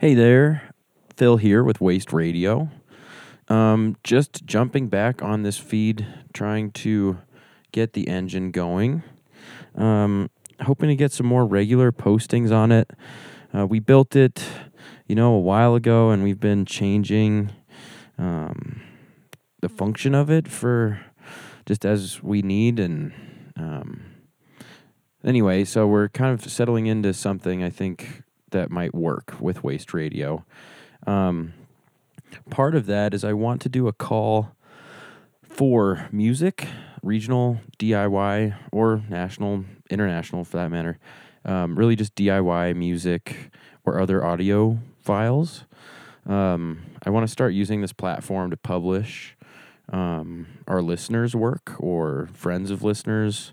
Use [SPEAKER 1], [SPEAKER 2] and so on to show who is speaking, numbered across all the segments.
[SPEAKER 1] Hey there, Phil here with Waste Radio. Um, just jumping back on this feed, trying to get the engine going. Um, hoping to get some more regular postings on it. Uh, we built it, you know, a while ago, and we've been changing um, the function of it for just as we need. And um, anyway, so we're kind of settling into something I think that might work with Waste Radio. Um, part of that is I want to do a call for music, regional, DIY, or national, international for that matter. Um, really just DIY music or other audio files. Um, I want to start using this platform to publish um, our listeners' work or friends of listeners.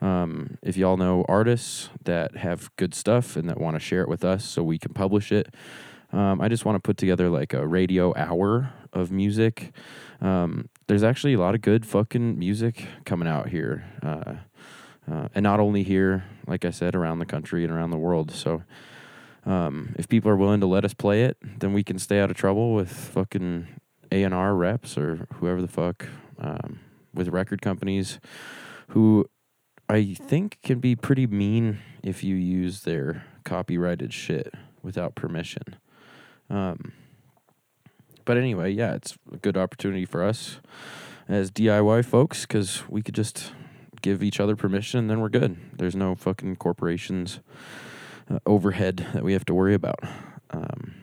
[SPEAKER 1] Um, if y'all know artists that have good stuff and that want to share it with us so we can publish it, um, I just want to put together like a radio hour of music. Um, there's actually a lot of good fucking music coming out here. Uh, uh, and not only here, like I said, around the country and around the world. So um, if people are willing to let us play it, then we can stay out of trouble with fucking A and R reps or whoever the fuck um, with record companies who I think can be pretty mean if you use their copyrighted shit without permission. Um, but anyway, yeah, it's a good opportunity for us as DIY folks because we could just give each other permission and then we're good. There's no fucking corporations uh, overhead that we have to worry about. Um,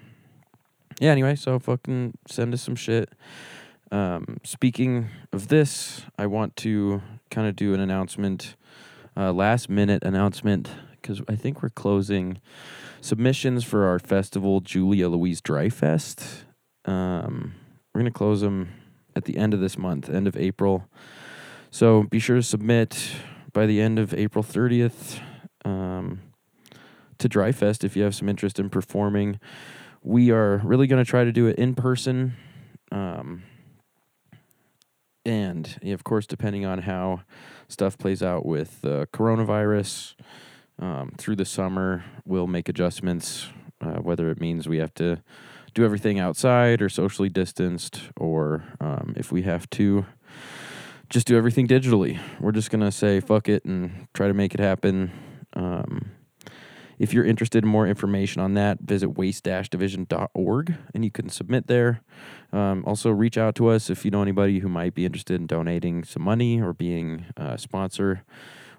[SPEAKER 1] yeah, anyway, so fucking send us some shit. Um, speaking of this, I want to kind of do an announcement, uh, last minute announcement, because I think we're closing submissions for our festival, Julia Louise Dry Fest. Um, we're going to close them at the end of this month, end of April. So be sure to submit by the end of April 30th um, to Dry Fest if you have some interest in performing. We are really going to try to do it in person. Um, and yeah, of course, depending on how stuff plays out with uh, coronavirus um, through the summer, we'll make adjustments, uh, whether it means we have to do everything outside or socially distanced, or um, if we have to just do everything digitally. We're just going to say fuck it and try to make it happen. Um, if you're interested in more information on that, visit waste-division.org and you can submit there. Um, also, reach out to us if you know anybody who might be interested in donating some money or being a sponsor.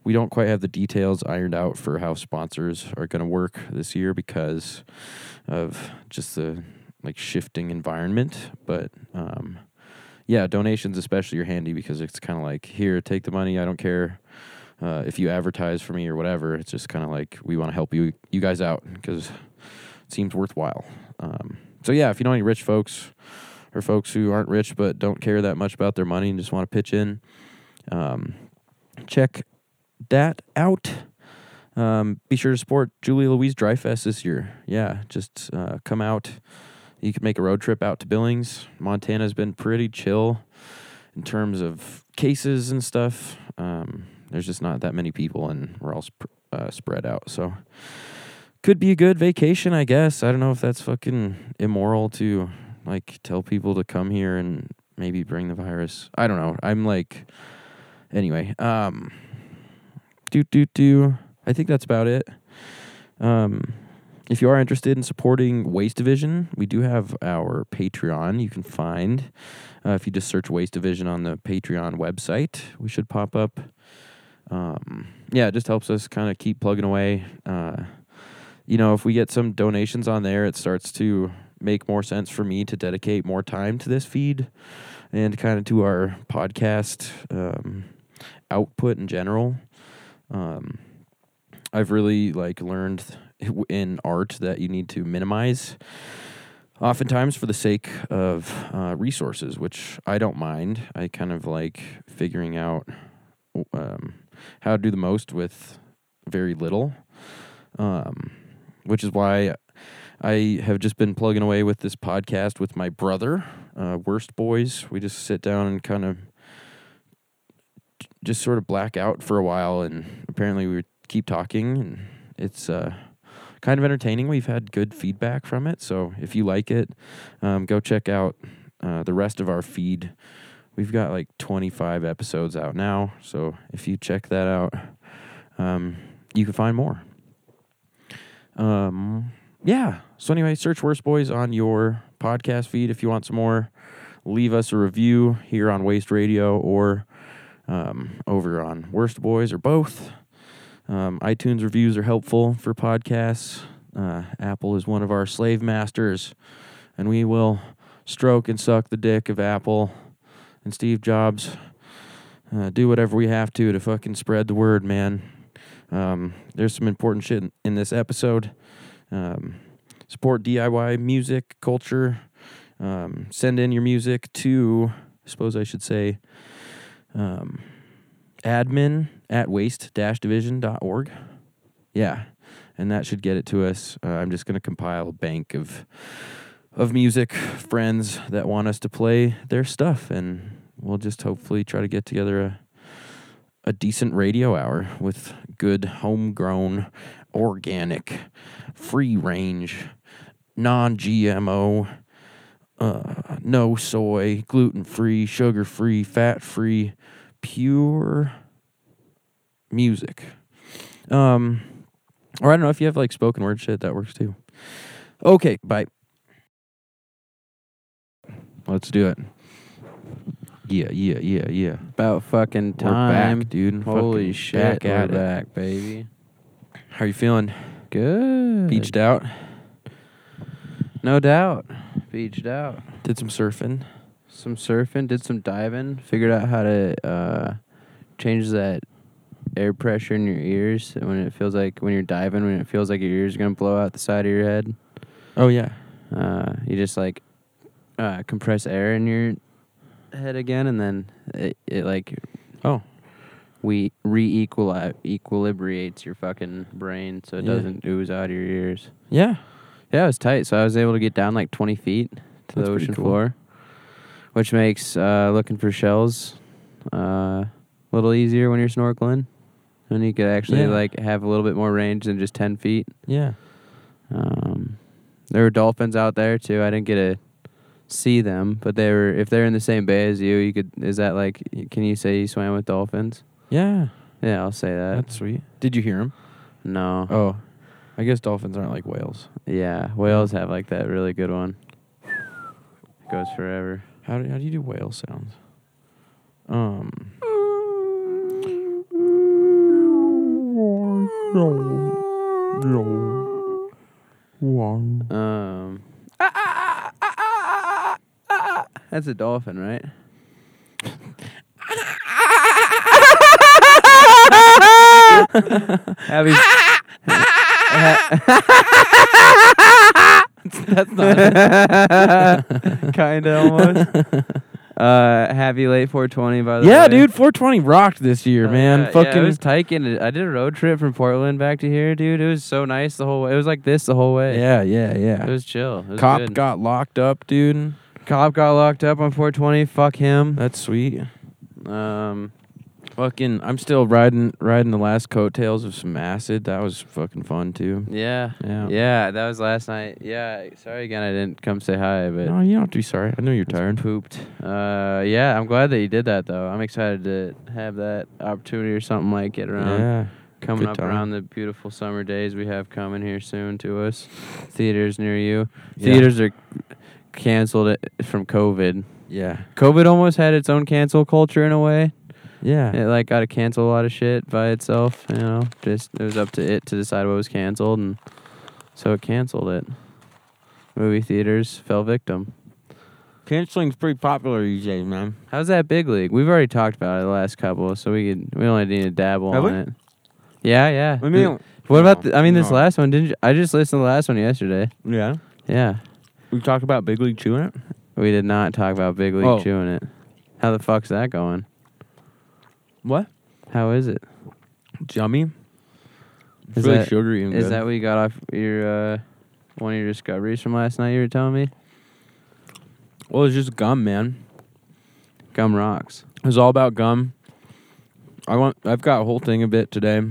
[SPEAKER 1] We don't quite have the details ironed out for how sponsors are going to work this year because of just the like shifting environment. But um, yeah, donations especially are handy because it's kind of like here, take the money. I don't care uh, if you advertise for me or whatever. It's just kind of like we want to help you you guys out because it seems worthwhile. Um, so yeah, if you know any rich folks or folks who aren't rich but don't care that much about their money and just want to pitch in, um, check that out. Um, be sure to support Julie Louise Dry Fest this year. Yeah, just uh, come out. You can make a road trip out to Billings. Montana's been pretty chill in terms of cases and stuff. Um, there's just not that many people, and we're all sp- uh, spread out. So, could be a good vacation, I guess. I don't know if that's fucking immoral to like tell people to come here and maybe bring the virus. I don't know. I'm like, anyway. Um, do do do. I think that's about it. Um, if you are interested in supporting Waste Division, we do have our Patreon. You can find uh, if you just search Waste Division on the Patreon website, we should pop up. Um, yeah, it just helps us kind of keep plugging away. Uh, you know, if we get some donations on there, it starts to make more sense for me to dedicate more time to this feed and kind of to our podcast um, output in general. Um, I've really like learned in art that you need to minimize oftentimes for the sake of uh, resources, which I don't mind. I kind of like figuring out um, how to do the most with very little, um, which is why I have just been plugging away with this podcast with my brother, uh, Worst Boys. We just sit down and kind of just sort of black out for a while, and apparently we keep talking, and it's uh, kind of entertaining. We've had good feedback from it. So if you like it, um, go check out uh, the rest of our feed. We've got like 25 episodes out now. So if you check that out, um, you can find more. Um, yeah. So anyway, search Worst Boys on your podcast feed if you want some more. Leave us a review here on Waste Radio or um, over on Worst Boys or both. Um, iTunes reviews are helpful for podcasts. Uh, Apple is one of our slave masters, and we will stroke and suck the dick of Apple and Steve Jobs. Uh, do whatever we have to to fucking spread the word, man. Um, there's some important shit in, in this episode. Um, support DIY music culture. Um, send in your music to, I suppose I should say, um, admin at waste division.org. Yeah. And that should get it to us. Uh, I'm just going to compile a bank of of music friends that want us to play their stuff and we'll just hopefully try to get together a a decent radio hour with good homegrown organic free range non GMO uh, no soy, gluten free, sugar free, fat free, pure music. Um, or I don't know if you have like spoken word shit that works too. Okay, bye. Let's do it. Yeah, yeah, yeah, yeah.
[SPEAKER 2] About fucking
[SPEAKER 1] We're
[SPEAKER 2] time.
[SPEAKER 1] back, dude. Fucking
[SPEAKER 2] Holy shit.
[SPEAKER 1] back
[SPEAKER 2] we're
[SPEAKER 1] at it.
[SPEAKER 2] back, baby.
[SPEAKER 1] How are you feeling?
[SPEAKER 2] Good.
[SPEAKER 1] Beached out.
[SPEAKER 2] No doubt. Beached out.
[SPEAKER 1] Did some surfing.
[SPEAKER 2] Some surfing, did some diving, figured out how to uh, change that air pressure in your ears when it feels like when you're diving, when it feels like your ears are gonna blow out the side of your head.
[SPEAKER 1] Oh yeah.
[SPEAKER 2] Uh, you just like uh, compress air in your head again, and then it, it like
[SPEAKER 1] Oh.
[SPEAKER 2] we re equilibrates your fucking brain so it
[SPEAKER 1] Yeah.
[SPEAKER 2] doesn't ooze out of your ears.
[SPEAKER 1] Yeah.
[SPEAKER 2] Yeah, it was tight. So I was able to get down like 20 feet to
[SPEAKER 1] That's
[SPEAKER 2] the
[SPEAKER 1] pretty
[SPEAKER 2] ocean
[SPEAKER 1] cool.
[SPEAKER 2] floor, which makes uh, looking for shells uh, a little easier when you're snorkeling. And you could actually
[SPEAKER 1] Yeah.
[SPEAKER 2] like have a little bit more range than just 10 feet.
[SPEAKER 1] Yeah.
[SPEAKER 2] Um, there were dolphins out there too. I didn't get to see them, but they were if they're in the same bay as you, you could. Is that like? Can you say you swam with dolphins?
[SPEAKER 1] Yeah.
[SPEAKER 2] Yeah, I'll say that.
[SPEAKER 1] That's sweet. Did you hear him?
[SPEAKER 2] no.
[SPEAKER 1] Oh. I guess dolphins aren't like whales.
[SPEAKER 2] Yeah, whales have like that really good one. Goes forever.
[SPEAKER 1] How do, how do you do whale sounds? Um.
[SPEAKER 2] Um. ah, That's a dolphin, right? Abby's,
[SPEAKER 1] That's not.
[SPEAKER 2] kinda almost. Uh, happy late 420 by the way.
[SPEAKER 1] yeah, dude. 420 rocked this year,
[SPEAKER 2] Oh,
[SPEAKER 1] man.
[SPEAKER 2] yeah, yeah,
[SPEAKER 1] Fucking.
[SPEAKER 2] it was tight getting it. I did a road trip from Portland back to here, dude. It was so nice the whole way. It was like this the whole way.
[SPEAKER 1] yeah, yeah, yeah.
[SPEAKER 2] It was chill. It was
[SPEAKER 1] Cop
[SPEAKER 2] good.
[SPEAKER 1] got locked up, dude.
[SPEAKER 2] Cop got locked up on 420. Fuck him.
[SPEAKER 1] That's sweet.
[SPEAKER 2] Um,
[SPEAKER 1] Fucking. I'm still riding riding the last coattails of some acid. That was fucking fun too.
[SPEAKER 2] yeah,
[SPEAKER 1] Yeah.
[SPEAKER 2] yeah. That was last night. Yeah. Sorry again. I didn't come say hi, but
[SPEAKER 1] No, you don't have to be sorry. I know you're
[SPEAKER 2] I was
[SPEAKER 1] tired.
[SPEAKER 2] Pooped. Uh, yeah. I'm glad that you did that though. I'm excited to have that opportunity or something like it around
[SPEAKER 1] Yeah.
[SPEAKER 2] coming
[SPEAKER 1] good
[SPEAKER 2] up
[SPEAKER 1] time.
[SPEAKER 2] around the beautiful summer days we have coming here soon to us. Theaters near you.
[SPEAKER 1] Yeah.
[SPEAKER 2] Theaters are canceled i- from COVID.
[SPEAKER 1] Yeah.
[SPEAKER 2] COVID almost had its own cancel culture in a way.
[SPEAKER 1] Yeah.
[SPEAKER 2] It like got to cancel a lot of shit by itself, you know. Just it was up to it to decide what was canceled, and so it canceled it. Movie theaters fell victim.
[SPEAKER 1] Canceling's pretty popular these days, man.
[SPEAKER 2] How's that big league? We've already talked about it the last couple, so we could we only need to dabble
[SPEAKER 1] Have
[SPEAKER 2] on
[SPEAKER 1] we?
[SPEAKER 2] it. Yeah, yeah.
[SPEAKER 1] I mean,
[SPEAKER 2] what about?
[SPEAKER 1] no,
[SPEAKER 2] The, I mean, this
[SPEAKER 1] no.
[SPEAKER 2] last one didn't. You, I just listened to the last one yesterday.
[SPEAKER 1] yeah.
[SPEAKER 2] Yeah,
[SPEAKER 1] We talked about Big League chewing it.
[SPEAKER 2] we did not talk about big league
[SPEAKER 1] Oh.
[SPEAKER 2] chewing it. How the fuck's that going?
[SPEAKER 1] What?
[SPEAKER 2] How is it?
[SPEAKER 1] Jummy. It's
[SPEAKER 2] Is
[SPEAKER 1] really
[SPEAKER 2] that-
[SPEAKER 1] sugary and
[SPEAKER 2] Is
[SPEAKER 1] good.
[SPEAKER 2] that what you got off your uh, one of your discoveries from last night? You were telling me
[SPEAKER 1] well, it's just gum, man.
[SPEAKER 2] gum rocks.
[SPEAKER 1] It was all about gum. I want. I've got a whole thing of it today.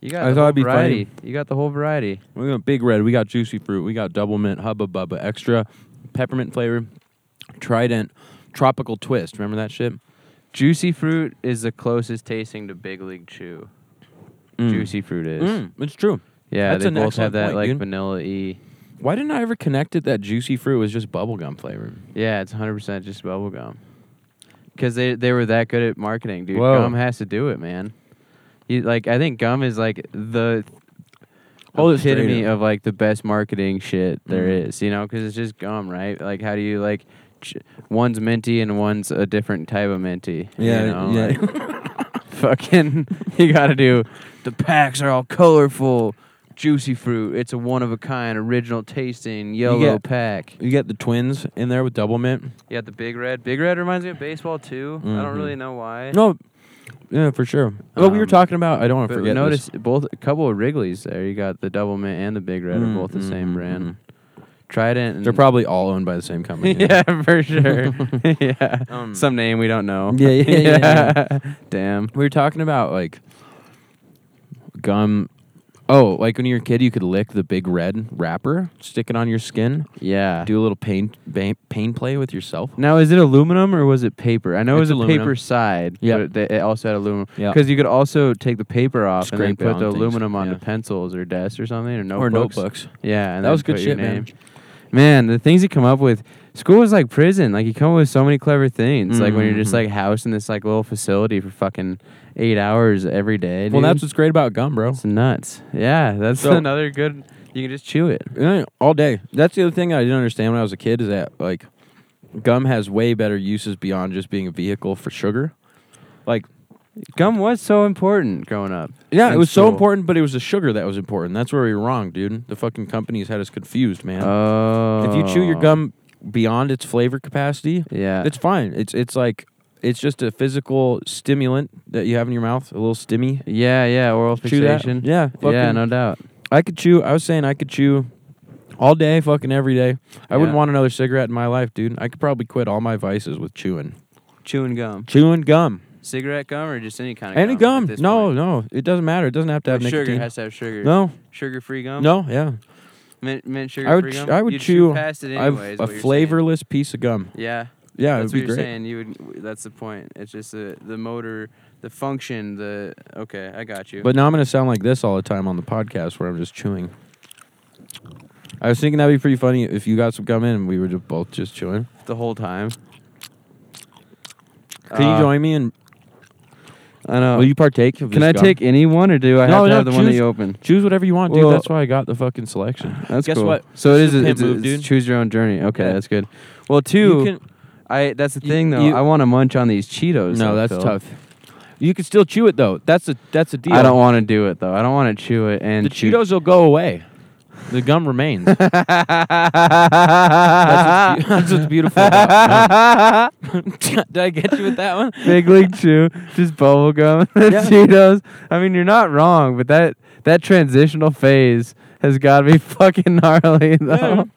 [SPEAKER 2] You got
[SPEAKER 1] I
[SPEAKER 2] the
[SPEAKER 1] thought
[SPEAKER 2] whole
[SPEAKER 1] it'd be funny.
[SPEAKER 2] variety. You got the whole variety.
[SPEAKER 1] We got Big Red. We got Juicy Fruit. We got Double Mint, Hubba Bubba, Extra, Peppermint Flavor, Trident, Tropical Twist. Remember that shit?
[SPEAKER 2] Juicy fruit is the closest tasting to Big League Chew.
[SPEAKER 1] Mm.
[SPEAKER 2] Juicy fruit is.
[SPEAKER 1] Mm, it's true.
[SPEAKER 2] Yeah,
[SPEAKER 1] That's
[SPEAKER 2] they
[SPEAKER 1] an
[SPEAKER 2] both
[SPEAKER 1] excellent
[SPEAKER 2] have that
[SPEAKER 1] point,
[SPEAKER 2] like
[SPEAKER 1] dude.
[SPEAKER 2] vanilla e.
[SPEAKER 1] Why didn't I ever connect it that Juicy Fruit was just bubblegum flavored?
[SPEAKER 2] Yeah, it's 100 percent just bubble gum. Because they they were that good at marketing, dude.
[SPEAKER 1] Whoa.
[SPEAKER 2] Gum has to do it, man. You, like I think gum is like the
[SPEAKER 1] Hold it straight
[SPEAKER 2] epitome
[SPEAKER 1] up.
[SPEAKER 2] of like the best marketing shit there is.
[SPEAKER 1] Mhm.
[SPEAKER 2] You know, because it's just gum, right? Like how do you like ch- one's minty and one's a different type of minty. you know? Like, fucking you gotta do the packs are all colorful juicy fruit it's a one of a kind original tasting yellow
[SPEAKER 1] get-
[SPEAKER 2] pack
[SPEAKER 1] you get the twins in there with Double Mint.
[SPEAKER 2] you got the big red big red reminds me of baseball too i
[SPEAKER 1] Mhm.
[SPEAKER 2] don't really know why
[SPEAKER 1] No, yeah, for sure. well, we were
[SPEAKER 2] Eh. Um,
[SPEAKER 1] talking about. I don't want
[SPEAKER 2] but
[SPEAKER 1] to forget.
[SPEAKER 2] notice both a couple of wrigley's there you got the double mint and the big red are both the same brand trident and
[SPEAKER 1] Mm-hmm, They're probably all owned by the same company.
[SPEAKER 2] yeah for sure yeah
[SPEAKER 1] Um,
[SPEAKER 2] some name we don't know
[SPEAKER 1] Yeah, yeah, yeah,
[SPEAKER 2] damn
[SPEAKER 1] We were talking about like gum. Oh, like when you were a kid, you could lick the big red wrapper, stick it on your skin,
[SPEAKER 2] yeah
[SPEAKER 1] do a little pain pain, pain play with yourself.
[SPEAKER 2] Now, is it aluminum or was it paper? I know
[SPEAKER 1] It's
[SPEAKER 2] it was a
[SPEAKER 1] aluminum.
[SPEAKER 2] paper side,
[SPEAKER 1] Yep.
[SPEAKER 2] but it- they- it also had aluminum.
[SPEAKER 1] Yep.
[SPEAKER 2] Because you could also take the paper off
[SPEAKER 1] Scrape
[SPEAKER 2] and
[SPEAKER 1] it
[SPEAKER 2] then put
[SPEAKER 1] on
[SPEAKER 2] the
[SPEAKER 1] things,
[SPEAKER 2] aluminum on
[SPEAKER 1] yeah.
[SPEAKER 2] the pencils or desks or something or notebooks.
[SPEAKER 1] Or notebooks.
[SPEAKER 2] Yeah, and
[SPEAKER 1] That
[SPEAKER 2] then
[SPEAKER 1] was good
[SPEAKER 2] put your
[SPEAKER 1] shit, man.
[SPEAKER 2] name. Man, the things you come up with. School is like prison. Like you come up with so many clever things. Like when you're
[SPEAKER 1] Mhm.
[SPEAKER 2] just like housed in this like little facility for fucking eight hours every day.
[SPEAKER 1] Well,
[SPEAKER 2] dude.
[SPEAKER 1] that's what's great about gum, bro.
[SPEAKER 2] it's nuts. Yeah, that's
[SPEAKER 1] So-
[SPEAKER 2] another good. You can just chew it.
[SPEAKER 1] Yeah, All day. That's the other thing I didn't understand when I was a kid is that like gum has way better uses beyond just being a vehicle for sugar. Like
[SPEAKER 2] Gum was so important growing up.
[SPEAKER 1] yeah,
[SPEAKER 2] in
[SPEAKER 1] it was so
[SPEAKER 2] school.
[SPEAKER 1] important, but it was the sugar that was important. That's where we were wrong, dude. The fucking companies had us confused, man.
[SPEAKER 2] Oh,
[SPEAKER 1] if you chew your gum beyond its flavor capacity,
[SPEAKER 2] yeah,
[SPEAKER 1] it's fine. It's it's like it's just a physical stimulant that you have in your mouth, a little stimmy.
[SPEAKER 2] Yeah, yeah, oral
[SPEAKER 1] Chew that.
[SPEAKER 2] fixation.
[SPEAKER 1] Yeah,
[SPEAKER 2] yeah,
[SPEAKER 1] fucking-
[SPEAKER 2] no doubt.
[SPEAKER 1] I could chew. I was saying I could chew all day, fucking every day. I wouldn't
[SPEAKER 2] Yeah.
[SPEAKER 1] want another cigarette in my life, dude. I could probably quit all my vices with chewing.
[SPEAKER 2] Chewing gum,
[SPEAKER 1] Chewing gum.
[SPEAKER 2] cigarette gum, or just any kind of
[SPEAKER 1] Any
[SPEAKER 2] at
[SPEAKER 1] gum.
[SPEAKER 2] this
[SPEAKER 1] No,
[SPEAKER 2] point?
[SPEAKER 1] no. It doesn't matter. It doesn't have to have
[SPEAKER 2] But sugar
[SPEAKER 1] nicotine.
[SPEAKER 2] has to have sugar.
[SPEAKER 1] no.
[SPEAKER 2] sugar-free gum.
[SPEAKER 1] No, yeah.
[SPEAKER 2] mint, mint sugar-free
[SPEAKER 1] I would ch-
[SPEAKER 2] gum.
[SPEAKER 1] I would
[SPEAKER 2] You'd
[SPEAKER 1] chew-
[SPEAKER 2] past it
[SPEAKER 1] I have
[SPEAKER 2] anyway. is
[SPEAKER 1] a
[SPEAKER 2] what you're saying.
[SPEAKER 1] flavorless piece of gum.
[SPEAKER 2] Yeah,
[SPEAKER 1] Yeah, it
[SPEAKER 2] that's
[SPEAKER 1] would
[SPEAKER 2] what
[SPEAKER 1] be
[SPEAKER 2] you're
[SPEAKER 1] great.
[SPEAKER 2] saying. You would. w- That's the point. It's just the the motor, the function, the okay. I got you.
[SPEAKER 1] But now I'm going to sound like this all the time on the podcast where I'm just chewing. I was thinking that'd be pretty funny if you got some gum in and we were just both just chewing.
[SPEAKER 2] the whole time.
[SPEAKER 1] Can
[SPEAKER 2] Uh,
[SPEAKER 1] you join me and
[SPEAKER 2] I know.
[SPEAKER 1] will you partake of
[SPEAKER 2] Can
[SPEAKER 1] this
[SPEAKER 2] I
[SPEAKER 1] gum?
[SPEAKER 2] take any one, or do I
[SPEAKER 1] No,
[SPEAKER 2] have
[SPEAKER 1] no,
[SPEAKER 2] to have the one that
[SPEAKER 1] choose-
[SPEAKER 2] you open?
[SPEAKER 1] Choose whatever you want, dude.
[SPEAKER 2] Well-
[SPEAKER 1] that's why I got the fucking selection.
[SPEAKER 2] That's
[SPEAKER 1] Guess
[SPEAKER 2] cool.
[SPEAKER 1] what?
[SPEAKER 2] So it
[SPEAKER 1] This is
[SPEAKER 2] is.
[SPEAKER 1] a
[SPEAKER 2] A,
[SPEAKER 1] pimp
[SPEAKER 2] it's a,
[SPEAKER 1] move,
[SPEAKER 2] it's
[SPEAKER 1] dude.
[SPEAKER 2] choose your own journey. Okay,
[SPEAKER 1] Yeah.
[SPEAKER 2] that's good. Well, two.
[SPEAKER 1] You can-
[SPEAKER 2] I that's the
[SPEAKER 1] You-
[SPEAKER 2] thing though.
[SPEAKER 1] you-
[SPEAKER 2] I want to munch on these Cheetos.
[SPEAKER 1] no,
[SPEAKER 2] though,
[SPEAKER 1] that's
[SPEAKER 2] Phil.
[SPEAKER 1] tough. You can still chew it though. That's a that's a deal.
[SPEAKER 2] I don't want to do it though. I don't want to chew it and
[SPEAKER 1] the
[SPEAKER 2] chew-
[SPEAKER 1] Cheetos will go away. The gum remains. that's, what's be- that's what's beautiful. About gum. Did I get you with that one?
[SPEAKER 2] Big League Chew, just bubble gum and
[SPEAKER 1] Yeah.
[SPEAKER 2] Cheetos. I mean, you're not wrong, but that that transitional phase has got to be fucking gnarly though.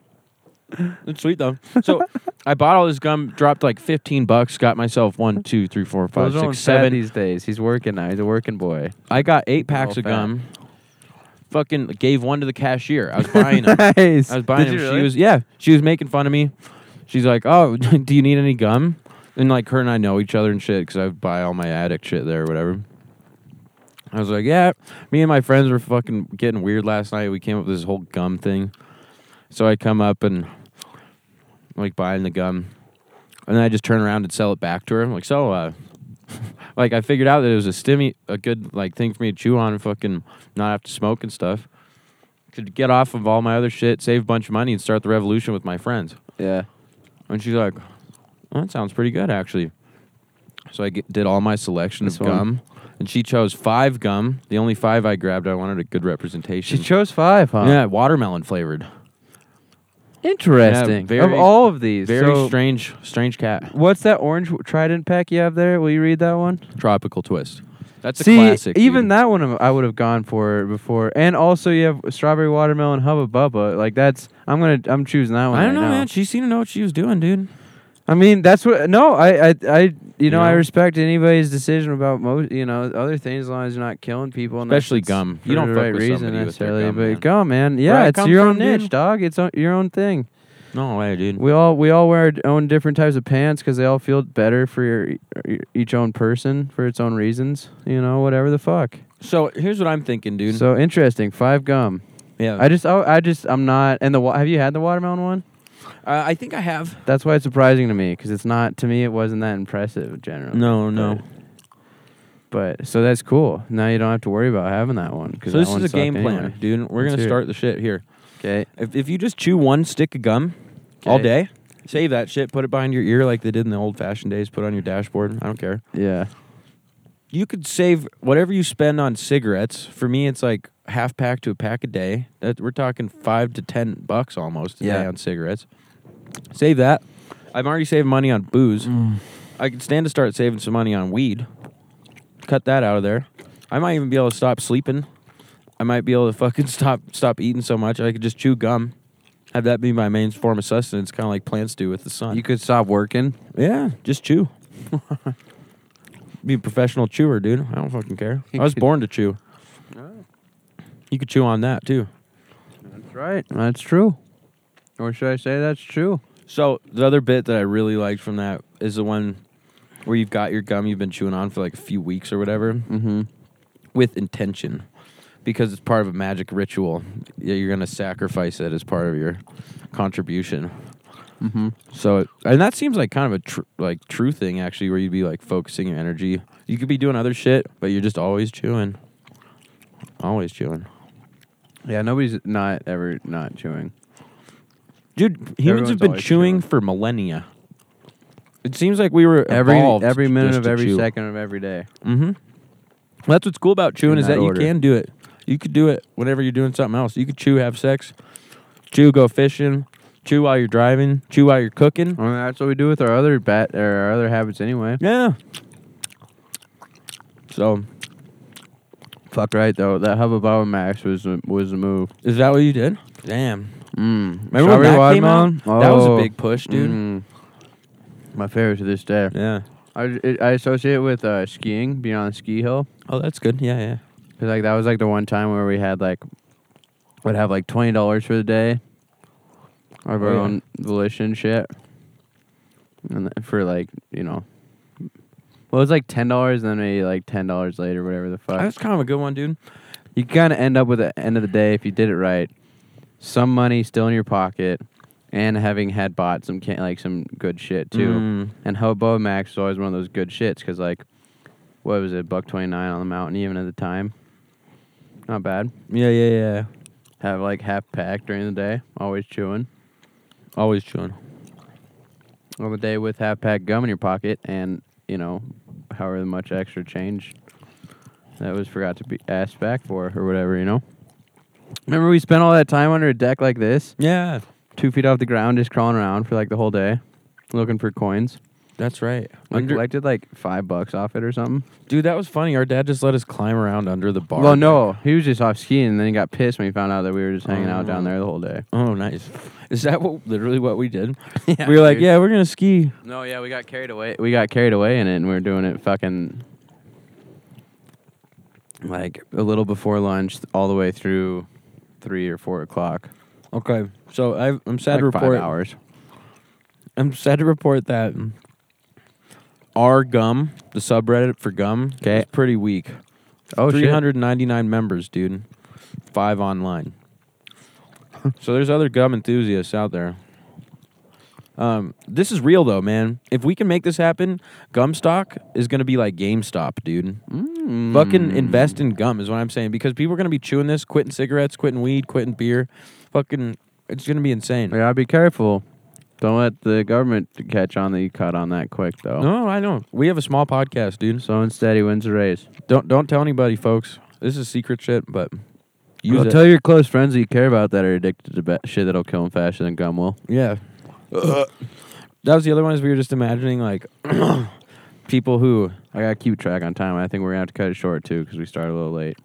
[SPEAKER 1] It's sweet though. So I bought all this gum, dropped like fifteen bucks, got myself one, two, three, four, five,
[SPEAKER 2] Those are on
[SPEAKER 1] six,
[SPEAKER 2] fat
[SPEAKER 1] seven.
[SPEAKER 2] these days. He's working now. He's a working boy.
[SPEAKER 1] I got eight packs
[SPEAKER 2] Little
[SPEAKER 1] of
[SPEAKER 2] fat.
[SPEAKER 1] gum. Fucking gave one to the cashier. I was buying them.
[SPEAKER 2] nice.
[SPEAKER 1] I was buying them.
[SPEAKER 2] Did you
[SPEAKER 1] She
[SPEAKER 2] really?
[SPEAKER 1] was yeah. She was making fun of me. She's like, "Oh, do you need any gum?" And like her and I know each other and shit because I buy all my addict shit there or whatever. I was like, "Yeah." Me and my friends were fucking getting weird last night. We came up with this whole gum thing. So I come up and like buying the gum, and then I just turn around and sell it back to her. I'm like, "So, uh." Like I figured out that it was a stimmy, a good like thing for me to chew on and fucking not have to smoke and stuff could get off of all my other shit, save a bunch of money, and start the revolution with my friends.
[SPEAKER 2] yeah.
[SPEAKER 1] And she's like, well, that sounds pretty good, actually. So I get, did all my selection
[SPEAKER 2] This
[SPEAKER 1] of
[SPEAKER 2] one.
[SPEAKER 1] gum, and she chose five gum. The only five I grabbed, I wanted a good
[SPEAKER 2] She
[SPEAKER 1] representation.
[SPEAKER 2] chose uh, five, huh?
[SPEAKER 1] yeah, watermelon flavored.
[SPEAKER 2] Interesting.
[SPEAKER 1] Yeah,
[SPEAKER 2] of
[SPEAKER 1] very-
[SPEAKER 2] all of these,
[SPEAKER 1] Very
[SPEAKER 2] so-
[SPEAKER 1] strange, strange cat.
[SPEAKER 2] What's that orange trident pack you have there? Will you read that one?
[SPEAKER 1] Tropical twist. That's a
[SPEAKER 2] See,
[SPEAKER 1] classic.
[SPEAKER 2] even
[SPEAKER 1] dude.
[SPEAKER 2] that one I'm- I would have gone for before. And also, you have strawberry watermelon hubba bubba. Like that's I'm gonna I'm choosing that one.
[SPEAKER 1] I don't
[SPEAKER 2] right
[SPEAKER 1] know,
[SPEAKER 2] now.
[SPEAKER 1] man. She seemed to know what she was doing, dude.
[SPEAKER 2] I mean, that's what. No, I I I you know,
[SPEAKER 1] You
[SPEAKER 2] I
[SPEAKER 1] know?
[SPEAKER 2] respect anybody's decision about most, you know, other things as long as you're not killing people. unless
[SPEAKER 1] Especially
[SPEAKER 2] it's
[SPEAKER 1] gum.
[SPEAKER 2] for
[SPEAKER 1] You don't
[SPEAKER 2] the
[SPEAKER 1] fuck
[SPEAKER 2] right
[SPEAKER 1] with
[SPEAKER 2] reason
[SPEAKER 1] somebody with their
[SPEAKER 2] necessarily,
[SPEAKER 1] gum,
[SPEAKER 2] but
[SPEAKER 1] man.
[SPEAKER 2] gum, man, yeah,
[SPEAKER 1] Where it
[SPEAKER 2] it's
[SPEAKER 1] comes
[SPEAKER 2] your
[SPEAKER 1] from,
[SPEAKER 2] own niche,
[SPEAKER 1] dude.
[SPEAKER 2] dog. It's o- your own thing.
[SPEAKER 1] No way, dude.
[SPEAKER 2] We all we all wear our own different types of pants because they all feel better for your, your each own person for its own reasons. You know, whatever the fuck.
[SPEAKER 1] So here's what I'm thinking, dude.
[SPEAKER 2] So interesting. Five gum.
[SPEAKER 1] yeah,
[SPEAKER 2] I just oh, I just I'm not. And the wa- have you had the watermelon one?
[SPEAKER 1] Uh, I think I have.
[SPEAKER 2] That's why it's surprising to me because it's not to me. It wasn't that impressive generally.
[SPEAKER 1] No,
[SPEAKER 2] But-
[SPEAKER 1] no.
[SPEAKER 2] But so that's cool. Now you don't have to worry about having that one. 'cause
[SPEAKER 1] So
[SPEAKER 2] that
[SPEAKER 1] this
[SPEAKER 2] one
[SPEAKER 1] is a game
[SPEAKER 2] sucked
[SPEAKER 1] plan,
[SPEAKER 2] anyway.
[SPEAKER 1] dude. We're
[SPEAKER 2] Let's
[SPEAKER 1] gonna
[SPEAKER 2] hear it.
[SPEAKER 1] start the shit here.
[SPEAKER 2] Okay.
[SPEAKER 1] If if you just chew one stick of gum all
[SPEAKER 2] 'Kay.
[SPEAKER 1] day, save that shit, put it behind your ear like they did in the old fashioned days, put it on your dashboard. I don't care.
[SPEAKER 2] Yeah.
[SPEAKER 1] You could save whatever you spend on cigarettes. For me, it's like half pack to a pack a day. That we're talking five to ten bucks almost a
[SPEAKER 2] Yeah.
[SPEAKER 1] day on cigarettes. Save that. I'm already saving money on booze.
[SPEAKER 2] Mm.
[SPEAKER 1] I could stand to start saving some money on weed. Cut that out of there. I might even be able to stop sleeping. I might be able to fucking stop stop eating so much. I could just chew gum. Have that be my main form of sustenance, kind of like plants do with the sun.
[SPEAKER 2] You could stop working.
[SPEAKER 1] yeah, just chew. be a professional chewer, dude. I don't fucking care.
[SPEAKER 2] You
[SPEAKER 1] I was
[SPEAKER 2] could-
[SPEAKER 1] born to chew. You could chew on that too.
[SPEAKER 2] That's right. That's true. Or should I say that's true?
[SPEAKER 1] So the other bit that I really liked from that is the one where you've got your gum you've been chewing on for like a few weeks or whatever.
[SPEAKER 2] Mm-hmm.
[SPEAKER 1] with intention because it's part of a magic ritual. Yeah, You're going to sacrifice it as part of your contribution.
[SPEAKER 2] Mm-hmm.
[SPEAKER 1] So, it, and that seems like kind of a tr- like true thing actually, where you'd be like focusing your energy. You could be doing other shit, but you're just always chewing, always chewing.
[SPEAKER 2] Yeah. Nobody's not ever not chewing.
[SPEAKER 1] Dude, humans have
[SPEAKER 2] Everyone's
[SPEAKER 1] been
[SPEAKER 2] always
[SPEAKER 1] chewing
[SPEAKER 2] chewing.
[SPEAKER 1] for millennia. It seems like we were
[SPEAKER 2] Every
[SPEAKER 1] evolved
[SPEAKER 2] every minute of every second of every day.
[SPEAKER 1] Mm-hmm. That's what's cool about chewing
[SPEAKER 2] In
[SPEAKER 1] is
[SPEAKER 2] that
[SPEAKER 1] that
[SPEAKER 2] order.
[SPEAKER 1] you can do it. You could do it whenever you're doing something else. You could chew, have sex, chew, go fishing, chew while you're driving, chew while you're cooking.
[SPEAKER 2] I mean, that's what we do with our other bat or our other habits anyway.
[SPEAKER 1] Yeah. So
[SPEAKER 2] Fuck right though. That Hubba Bubba Max was a, was a move.
[SPEAKER 1] is that what you did? Damn. Oh.
[SPEAKER 2] Mm.
[SPEAKER 1] Remember when that came out? That was a big push, dude.
[SPEAKER 2] My favorite to this day.
[SPEAKER 1] Mm. Mm-hmm. Yeah.
[SPEAKER 2] I, it, I associate it with uh, skiing, being on a ski hill.
[SPEAKER 1] Oh, that's good. Yeah, yeah.
[SPEAKER 2] Cause like that was like the one time where we had like, would have like twenty dollars for the day, of
[SPEAKER 1] Oh,
[SPEAKER 2] our
[SPEAKER 1] yeah.
[SPEAKER 2] own volition shit, and th- for like you know, well it's like ten dollars, and then maybe like ten dollars later, whatever the fuck.
[SPEAKER 1] That's kind of a good one, dude.
[SPEAKER 2] you kind of end up with at the end of the day if you did it right, some money still in your pocket, and having had bought some can- like some good shit too.
[SPEAKER 1] Mm.
[SPEAKER 2] And Hobo Max was always one of those good shits because like, what was it, buck twenty nine on the mountain even at the time, not bad.
[SPEAKER 1] Yeah, yeah, yeah.
[SPEAKER 2] Have like half pack during the day, always chewing.
[SPEAKER 1] Always chewing.
[SPEAKER 2] On the day with half pack gum in your pocket and, you know, however much extra change that was forgot to be asked back for or whatever, you know. Remember we spent all that time under a deck like this,
[SPEAKER 1] Yeah,
[SPEAKER 2] two feet off the ground, just crawling around for like the whole day, looking for coins.
[SPEAKER 1] that's right.
[SPEAKER 2] We collected like five bucks off it or something.
[SPEAKER 1] dude, that was funny. Our dad just let us climb around under the bar.
[SPEAKER 2] well, no, he was just off skiing, and then he got pissed when he found out that we were just hanging out down
[SPEAKER 1] Oh.
[SPEAKER 2] there the whole day.
[SPEAKER 1] Oh, nice. Is that what literally what we did? we were like,
[SPEAKER 2] dude.
[SPEAKER 1] yeah, we're gonna ski.
[SPEAKER 2] No, yeah, we got carried away. We got carried away in it, and we were doing it fucking like a little before lunch, all the way through three or four o'clock.
[SPEAKER 1] Okay, so i I'm sad
[SPEAKER 2] like
[SPEAKER 1] to report.
[SPEAKER 2] five hours.
[SPEAKER 1] I'm sad to report that our gum, the subreddit for gum,
[SPEAKER 2] Okay.
[SPEAKER 1] is pretty weak.
[SPEAKER 2] Oh,
[SPEAKER 1] 399 members, dude. Five online. so there's other gum enthusiasts out there. Um, this is real though, man. If we can make this happen, gum stock is gonna be like GameStop, dude. Fucking
[SPEAKER 2] Mm.
[SPEAKER 1] invest in gum is what I'm saying because people are gonna be chewing this, quitting cigarettes, quitting weed, quitting beer. Fucking, it's gonna be insane.
[SPEAKER 2] Yeah, be careful. Don't let the government catch on that you caught on that quick, though.
[SPEAKER 1] No, I know. We have a small podcast, dude.
[SPEAKER 2] Slow and steady wins the race.
[SPEAKER 1] Don't don't tell anybody, folks. This is secret shit, but use
[SPEAKER 2] well,
[SPEAKER 1] it.
[SPEAKER 2] tell your close friends that you care about that are addicted to ba- shit that'll kill them faster than gum will.
[SPEAKER 1] yeah. that was the other one. Is we were just imagining like people who
[SPEAKER 2] I gotta keep track on time. I think we're gonna have to cut it short too because we started a little late.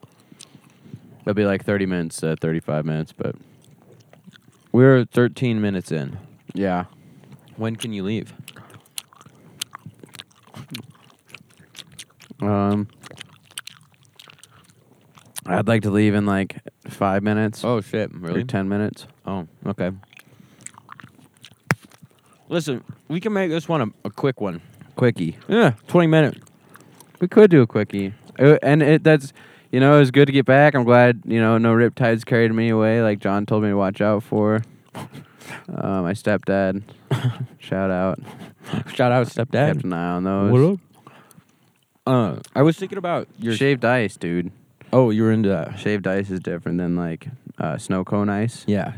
[SPEAKER 2] It'll be like thirty minutes, uh, thirty-five minutes, but
[SPEAKER 1] we're 13 minutes in.
[SPEAKER 2] yeah,
[SPEAKER 1] When can you leave?
[SPEAKER 2] Um, I'd like to leave in like five minutes
[SPEAKER 1] Oh shit! Really?
[SPEAKER 2] or ten minutes.
[SPEAKER 1] oh, okay. Listen, we can make this one a, a quick one.
[SPEAKER 2] Quickie.
[SPEAKER 1] Yeah, twenty minute.
[SPEAKER 2] We could do a quickie, Uh, and it that's you know it was good to get back. I'm glad you know no riptides carried me away like John told me to watch out for. Uh, my stepdad, shout out,
[SPEAKER 1] Shout out stepdad.
[SPEAKER 2] kept an eye on those.
[SPEAKER 1] Uh, I was thinking about your.
[SPEAKER 2] Shaved ice, dude.
[SPEAKER 1] oh, you were into that.
[SPEAKER 2] Shaved ice is different than like uh, snow cone ice.
[SPEAKER 1] Yeah,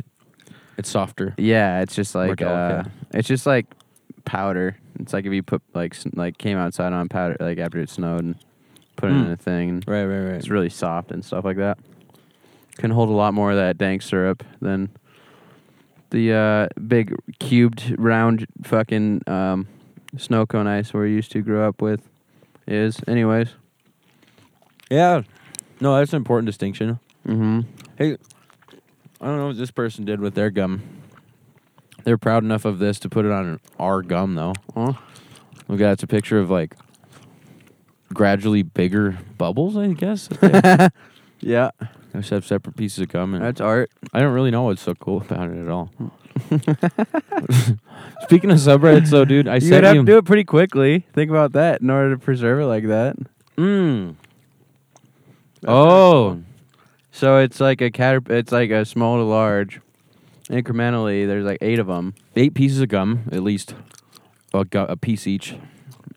[SPEAKER 1] it's softer.
[SPEAKER 2] Yeah, it's just like uh,
[SPEAKER 1] delicate.
[SPEAKER 2] it's just like powder. It's like if you put like sn- like came outside on powder like after it snowed and put it
[SPEAKER 1] Mm.
[SPEAKER 2] in a thing.
[SPEAKER 1] Right, right, right.
[SPEAKER 2] It's really soft and stuff like that. Can hold a lot more of that dank syrup than the uh, big cubed round fucking um, snow cone ice we're used to grow up with is. Anyways,
[SPEAKER 1] Yeah. No, that's an important distinction.
[SPEAKER 2] mm-hmm.
[SPEAKER 1] Hey, I don't know what this person did with their gum. They're proud enough of this to put it on our gum, though.
[SPEAKER 2] Huh?
[SPEAKER 1] Look at it's a picture of like gradually bigger bubbles. I guess that
[SPEAKER 2] yeah,
[SPEAKER 1] they just have separate pieces of gum, and
[SPEAKER 2] that's art.
[SPEAKER 1] I don't really know what's so cool about it at all. Speaking of subreddits, though, dude, I
[SPEAKER 2] You'd
[SPEAKER 1] sent
[SPEAKER 2] have
[SPEAKER 1] you.
[SPEAKER 2] to do it pretty quickly. Think about that in order to preserve it like that.
[SPEAKER 1] Mm. Oh,
[SPEAKER 2] So it's like a caterp- It's like a small to large. Incrementally, there's like eight of them,
[SPEAKER 1] eight pieces of gum at least, a, gu- a piece each.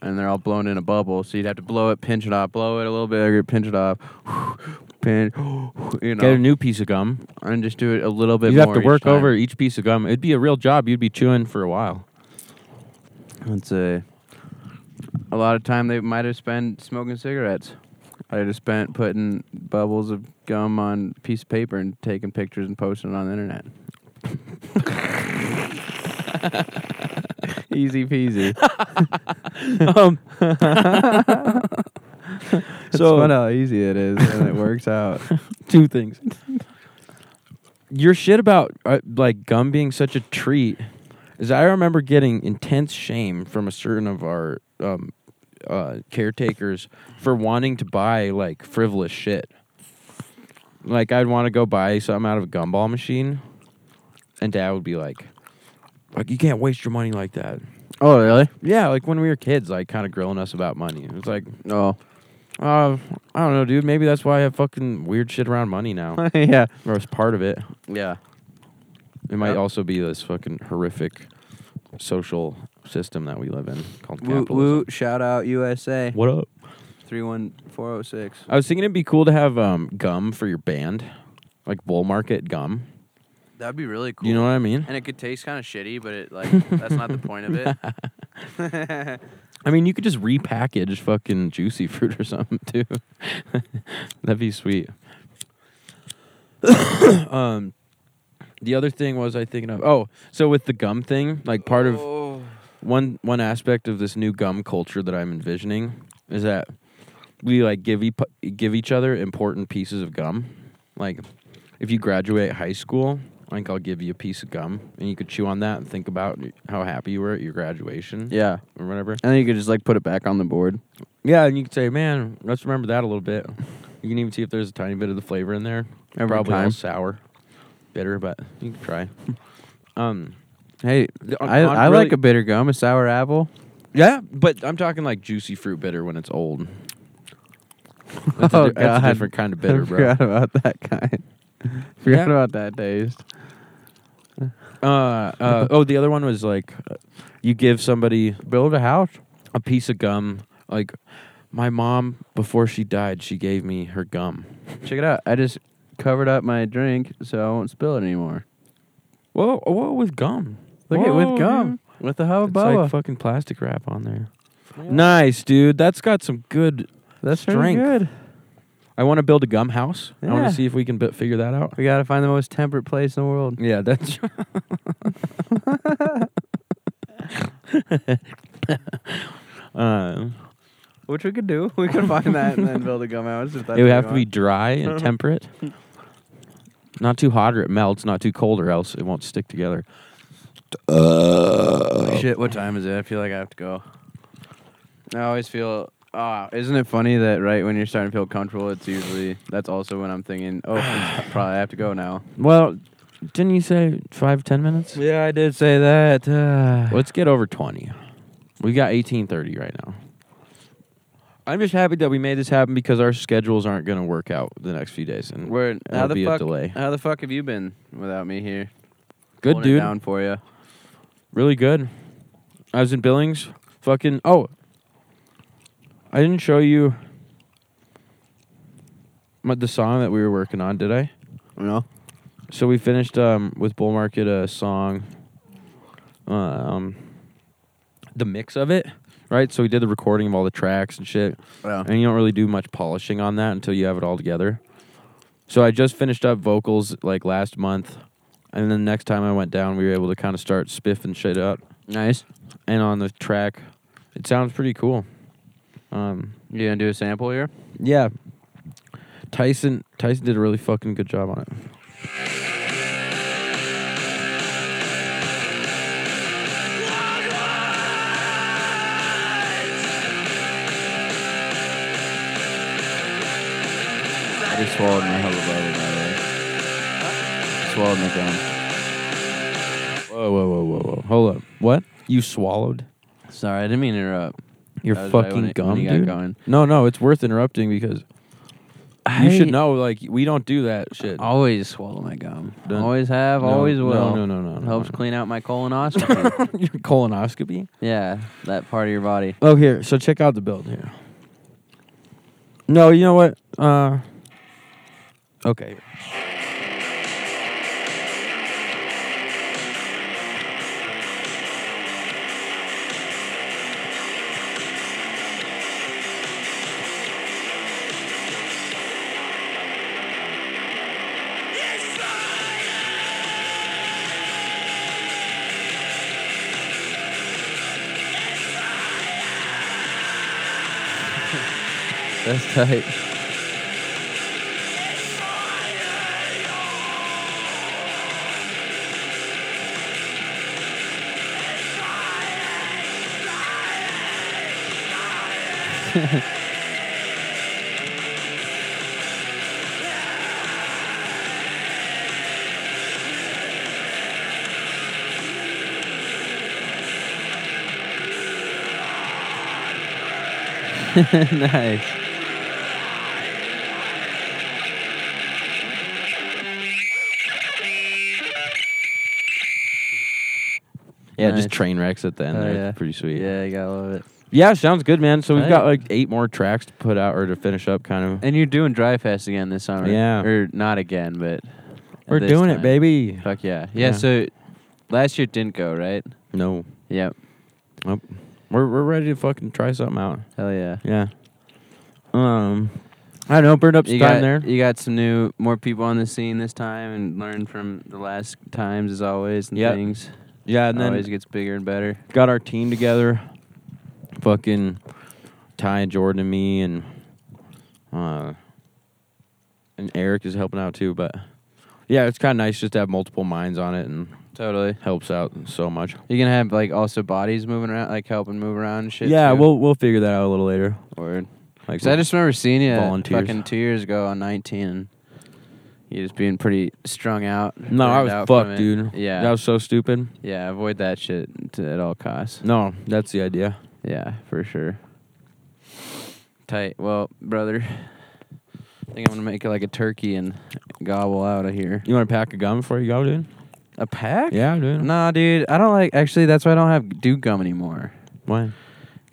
[SPEAKER 2] and they're all blown in a bubble. So you'd have to blow it, pinch it off, blow it a little bit, pinch it off, pinch, you
[SPEAKER 1] Get a
[SPEAKER 2] know,
[SPEAKER 1] new piece of gum.
[SPEAKER 2] and just do it a little bit.
[SPEAKER 1] You'd have
[SPEAKER 2] more
[SPEAKER 1] to
[SPEAKER 2] each
[SPEAKER 1] work
[SPEAKER 2] time.
[SPEAKER 1] over each piece of gum. It'd be a real job. You'd be chewing for a while.
[SPEAKER 2] It's a a lot of time they might have spent smoking cigarettes. I just spent putting bubbles of gum on a piece of paper and taking pictures and posting it on the internet. Easy peasy.
[SPEAKER 1] um,
[SPEAKER 2] It's
[SPEAKER 1] So-
[SPEAKER 2] fun how easy it is and it works out.
[SPEAKER 1] two things. Your shit about uh, like gum being such a treat is I remember getting intense shame from a certain of our um, uh, caretakers for wanting to buy like frivolous shit. Like I'd want to go buy something out of a gumball machine, and Dad would be like, "Like you can't waste your money like that."
[SPEAKER 2] Oh really?
[SPEAKER 1] Yeah, like when we were kids, like kind of grilling us about money. It was like,
[SPEAKER 2] Oh
[SPEAKER 1] uh, I don't know, dude. Maybe that's why I have fucking weird shit around money now.
[SPEAKER 2] yeah,
[SPEAKER 1] or it's part of it.
[SPEAKER 2] yeah.
[SPEAKER 1] It might
[SPEAKER 2] Yep.
[SPEAKER 1] also be this fucking horrific social system that we live in called
[SPEAKER 2] Woot
[SPEAKER 1] capitalism.
[SPEAKER 2] woot! Shout out USA
[SPEAKER 1] What up?
[SPEAKER 2] three one four zero six.
[SPEAKER 1] I was thinking it'd be cool to have um, gum for your band, like bull market gum.
[SPEAKER 2] That'd be really cool.
[SPEAKER 1] You know what I mean?
[SPEAKER 2] and it could taste kind of shitty, but it like that's not the point of it.
[SPEAKER 1] I mean, you could just repackage fucking juicy fruit or something too. That'd be sweet. um, the other thing was I thinking of oh, so with the gum thing, like part of
[SPEAKER 2] Oh.
[SPEAKER 1] one one aspect of this new gum culture that I'm envisioning is that we like give e- give each other important pieces of gum. Like if you graduate high school, I think I'll give you a piece of gum and you could chew on that and think about how happy you were at your graduation
[SPEAKER 2] yeah,
[SPEAKER 1] or whatever.
[SPEAKER 2] and then you could just like put it back on the board.
[SPEAKER 1] Yeah, and you could say, "Man, let's remember that a little bit." You can even see if there's a tiny bit of the flavor in there.
[SPEAKER 2] Every
[SPEAKER 1] Probably all
[SPEAKER 2] time.
[SPEAKER 1] sour, bitter, but you can try. um,
[SPEAKER 2] Hey,
[SPEAKER 1] The- on-
[SPEAKER 2] I,
[SPEAKER 1] on
[SPEAKER 2] I
[SPEAKER 1] really-
[SPEAKER 2] like a bitter gum, a sour apple.
[SPEAKER 1] Yeah, but I'm talking like juicy fruit bitter when it's old. That's,
[SPEAKER 2] Oh,
[SPEAKER 1] a, di- that's a
[SPEAKER 2] God.
[SPEAKER 1] different kind of bitter,
[SPEAKER 2] I
[SPEAKER 1] bro.
[SPEAKER 2] forgot about that kind. forgot
[SPEAKER 1] Yeah.
[SPEAKER 2] about that taste.
[SPEAKER 1] Uh, uh, oh, the other one was like, uh, you give somebody
[SPEAKER 2] Build a house.
[SPEAKER 1] a piece of gum. Like, my mom before she died, she gave me her gum.
[SPEAKER 2] Check it out. I just covered up my drink so I won't spill it anymore.
[SPEAKER 1] Whoa, whoa, with gum.
[SPEAKER 2] Look at it
[SPEAKER 1] Whoa,
[SPEAKER 2] with gum, Oh,
[SPEAKER 1] dude.
[SPEAKER 2] with the hubba
[SPEAKER 1] It's like
[SPEAKER 2] bubba.
[SPEAKER 1] fucking plastic wrap on there. Nice, dude. That's got some good.
[SPEAKER 2] That's pretty
[SPEAKER 1] strength.
[SPEAKER 2] good.
[SPEAKER 1] I want to build a gum house. I want
[SPEAKER 2] Yeah.
[SPEAKER 1] to see if we can b- figure that out.
[SPEAKER 2] We gotta find the most temperate place in the world.
[SPEAKER 1] Yeah, that's. um,
[SPEAKER 2] Which we could do. We could find that and then build a gum house. If
[SPEAKER 1] it
[SPEAKER 2] that's what
[SPEAKER 1] would
[SPEAKER 2] we
[SPEAKER 1] have to be
[SPEAKER 2] want.
[SPEAKER 1] dry and temperate. Not too hot or it melts, not too cold or else it won't stick together. Oh,
[SPEAKER 2] Shit, what time is it? I feel like I have to go. I always feel Uh, isn't it funny that right when you're starting to feel comfortable, it's usually that's also when I'm thinking, oh, it's probably I have to go now.
[SPEAKER 1] Well, didn't you say five, ten minutes?
[SPEAKER 2] Yeah, I did say that. Uh,
[SPEAKER 1] Let's get over 20. We got 1830 right now. I'm just happy that we made this happen because our schedules aren't going to work out the next few days. And
[SPEAKER 2] where
[SPEAKER 1] That'll
[SPEAKER 2] how the
[SPEAKER 1] be a
[SPEAKER 2] fuck
[SPEAKER 1] delay.
[SPEAKER 2] how the fuck have you been without me here?
[SPEAKER 1] good,
[SPEAKER 2] Holding it
[SPEAKER 1] dude.
[SPEAKER 2] down for you.
[SPEAKER 1] Really good. I was in Billings. Fucking. Oh. I didn't show you my, the song that we were working on, did I?
[SPEAKER 2] No.
[SPEAKER 1] So we finished um, with Bull Market a song, um, the mix of it, right? So we did the recording of all the tracks and shit,
[SPEAKER 2] Well,
[SPEAKER 1] and you don't really do much polishing on that until you have it all together. So I just finished up vocals like last month, and then next time I went down, we were able to kind of start spiffing shit up.
[SPEAKER 2] nice.
[SPEAKER 1] And on the track, it sounds pretty cool. Um,
[SPEAKER 2] You gonna do a sample here?
[SPEAKER 1] yeah, Tyson Tyson did a really fucking good job on it.
[SPEAKER 2] I just swallowed my hubba bubba, by the way. Swallowed my gum.
[SPEAKER 1] Whoa, whoa, whoa, whoa, whoa. Hold up. What? You swallowed
[SPEAKER 2] Sorry, I didn't mean to interrupt.
[SPEAKER 1] your
[SPEAKER 2] That was right
[SPEAKER 1] fucking
[SPEAKER 2] when it- when
[SPEAKER 1] gum,
[SPEAKER 2] you got
[SPEAKER 1] dude?
[SPEAKER 2] going.
[SPEAKER 1] No, no, it's worth interrupting because
[SPEAKER 2] I
[SPEAKER 1] you should know, like, we don't do that shit.
[SPEAKER 2] Always swallow my gum.
[SPEAKER 1] Done.
[SPEAKER 2] Always have,
[SPEAKER 1] No,
[SPEAKER 2] always
[SPEAKER 1] no,
[SPEAKER 2] will.
[SPEAKER 1] no, no, no, no,
[SPEAKER 2] Helps
[SPEAKER 1] no.
[SPEAKER 2] clean out my colonoscopy.
[SPEAKER 1] your colonoscopy?
[SPEAKER 2] yeah, that part of your body.
[SPEAKER 1] Oh, here. So check out the build here. No, you know what? Uh, okay.
[SPEAKER 2] That's tight. nice.
[SPEAKER 1] Yeah,
[SPEAKER 2] Nice.
[SPEAKER 1] just train wrecks at the end
[SPEAKER 2] Oh,
[SPEAKER 1] there.
[SPEAKER 2] yeah.
[SPEAKER 1] Pretty sweet.
[SPEAKER 2] Yeah, you gotta love it.
[SPEAKER 1] Yeah, sounds good, man. So we've
[SPEAKER 2] Right.
[SPEAKER 1] got like eight more tracks to put out or to finish up, kind of.
[SPEAKER 2] And you're doing Dry Fest again this summer.
[SPEAKER 1] Yeah.
[SPEAKER 2] Or not again, but.
[SPEAKER 1] We're
[SPEAKER 2] this
[SPEAKER 1] doing it,
[SPEAKER 2] time.
[SPEAKER 1] baby.
[SPEAKER 2] Fuck yeah. yeah.
[SPEAKER 1] Yeah.
[SPEAKER 2] so last year didn't go, right?
[SPEAKER 1] No,
[SPEAKER 2] Yep.
[SPEAKER 1] we're we're ready to fucking try something out.
[SPEAKER 2] Hell yeah.
[SPEAKER 1] Yeah. Um, I don't know. Burn up some
[SPEAKER 2] You
[SPEAKER 1] time
[SPEAKER 2] got,
[SPEAKER 1] there.
[SPEAKER 2] you got some new, more people on the scene this time and learned from the last times as always and
[SPEAKER 1] Yep.
[SPEAKER 2] things.
[SPEAKER 1] Yeah, and then
[SPEAKER 2] always gets bigger and better.
[SPEAKER 1] got our team together. Fucking Ty and Jordan and me and uh and Eric is helping out too, but yeah, it's kind of nice just to have multiple minds on it and
[SPEAKER 2] Totally.
[SPEAKER 1] helps out so much.
[SPEAKER 2] You're gonna have like also bodies moving around, like helping move around and shit.
[SPEAKER 1] yeah,
[SPEAKER 2] too?
[SPEAKER 1] we'll we'll figure that out a little later.
[SPEAKER 2] Word.
[SPEAKER 1] Like
[SPEAKER 2] 'Cause I just remember seeing you
[SPEAKER 1] Volunteers.
[SPEAKER 2] fucking two years ago on 19. and You just being pretty strung out.
[SPEAKER 1] no, I
[SPEAKER 2] burned
[SPEAKER 1] was
[SPEAKER 2] out from
[SPEAKER 1] fucked,
[SPEAKER 2] it.
[SPEAKER 1] dude.
[SPEAKER 2] Yeah.
[SPEAKER 1] that was so stupid.
[SPEAKER 2] yeah. Avoid that shit to, at all costs.
[SPEAKER 1] No, that's the idea.
[SPEAKER 2] Yeah, for sure. Tight. Well, brother, I think I'm gonna make it like a turkey and gobble out of here.
[SPEAKER 1] You want to pack a gum before you go, dude?
[SPEAKER 2] A pack?
[SPEAKER 1] Yeah, dude.
[SPEAKER 2] Nah, dude. I don't like. Actually, that's why I don't have do gum anymore.
[SPEAKER 1] Why?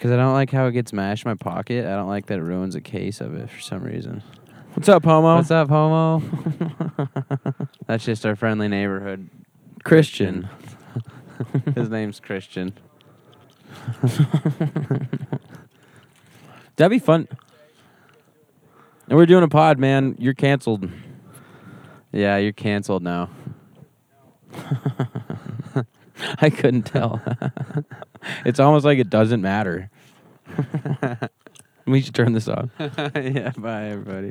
[SPEAKER 2] Cause I don't like how it gets mashed in my pocket. I don't like that it ruins a case of it for some reason.
[SPEAKER 1] What's up, homo?
[SPEAKER 2] What's up, homo? That's just our friendly neighborhood.
[SPEAKER 1] Christian.
[SPEAKER 2] His name's Christian.
[SPEAKER 1] That'd be fun. And we're doing a pod, man. You're canceled.
[SPEAKER 2] Yeah, you're canceled now.
[SPEAKER 1] I couldn't tell. it's almost like it doesn't matter. we should turn this off.
[SPEAKER 2] yeah, bye everybody.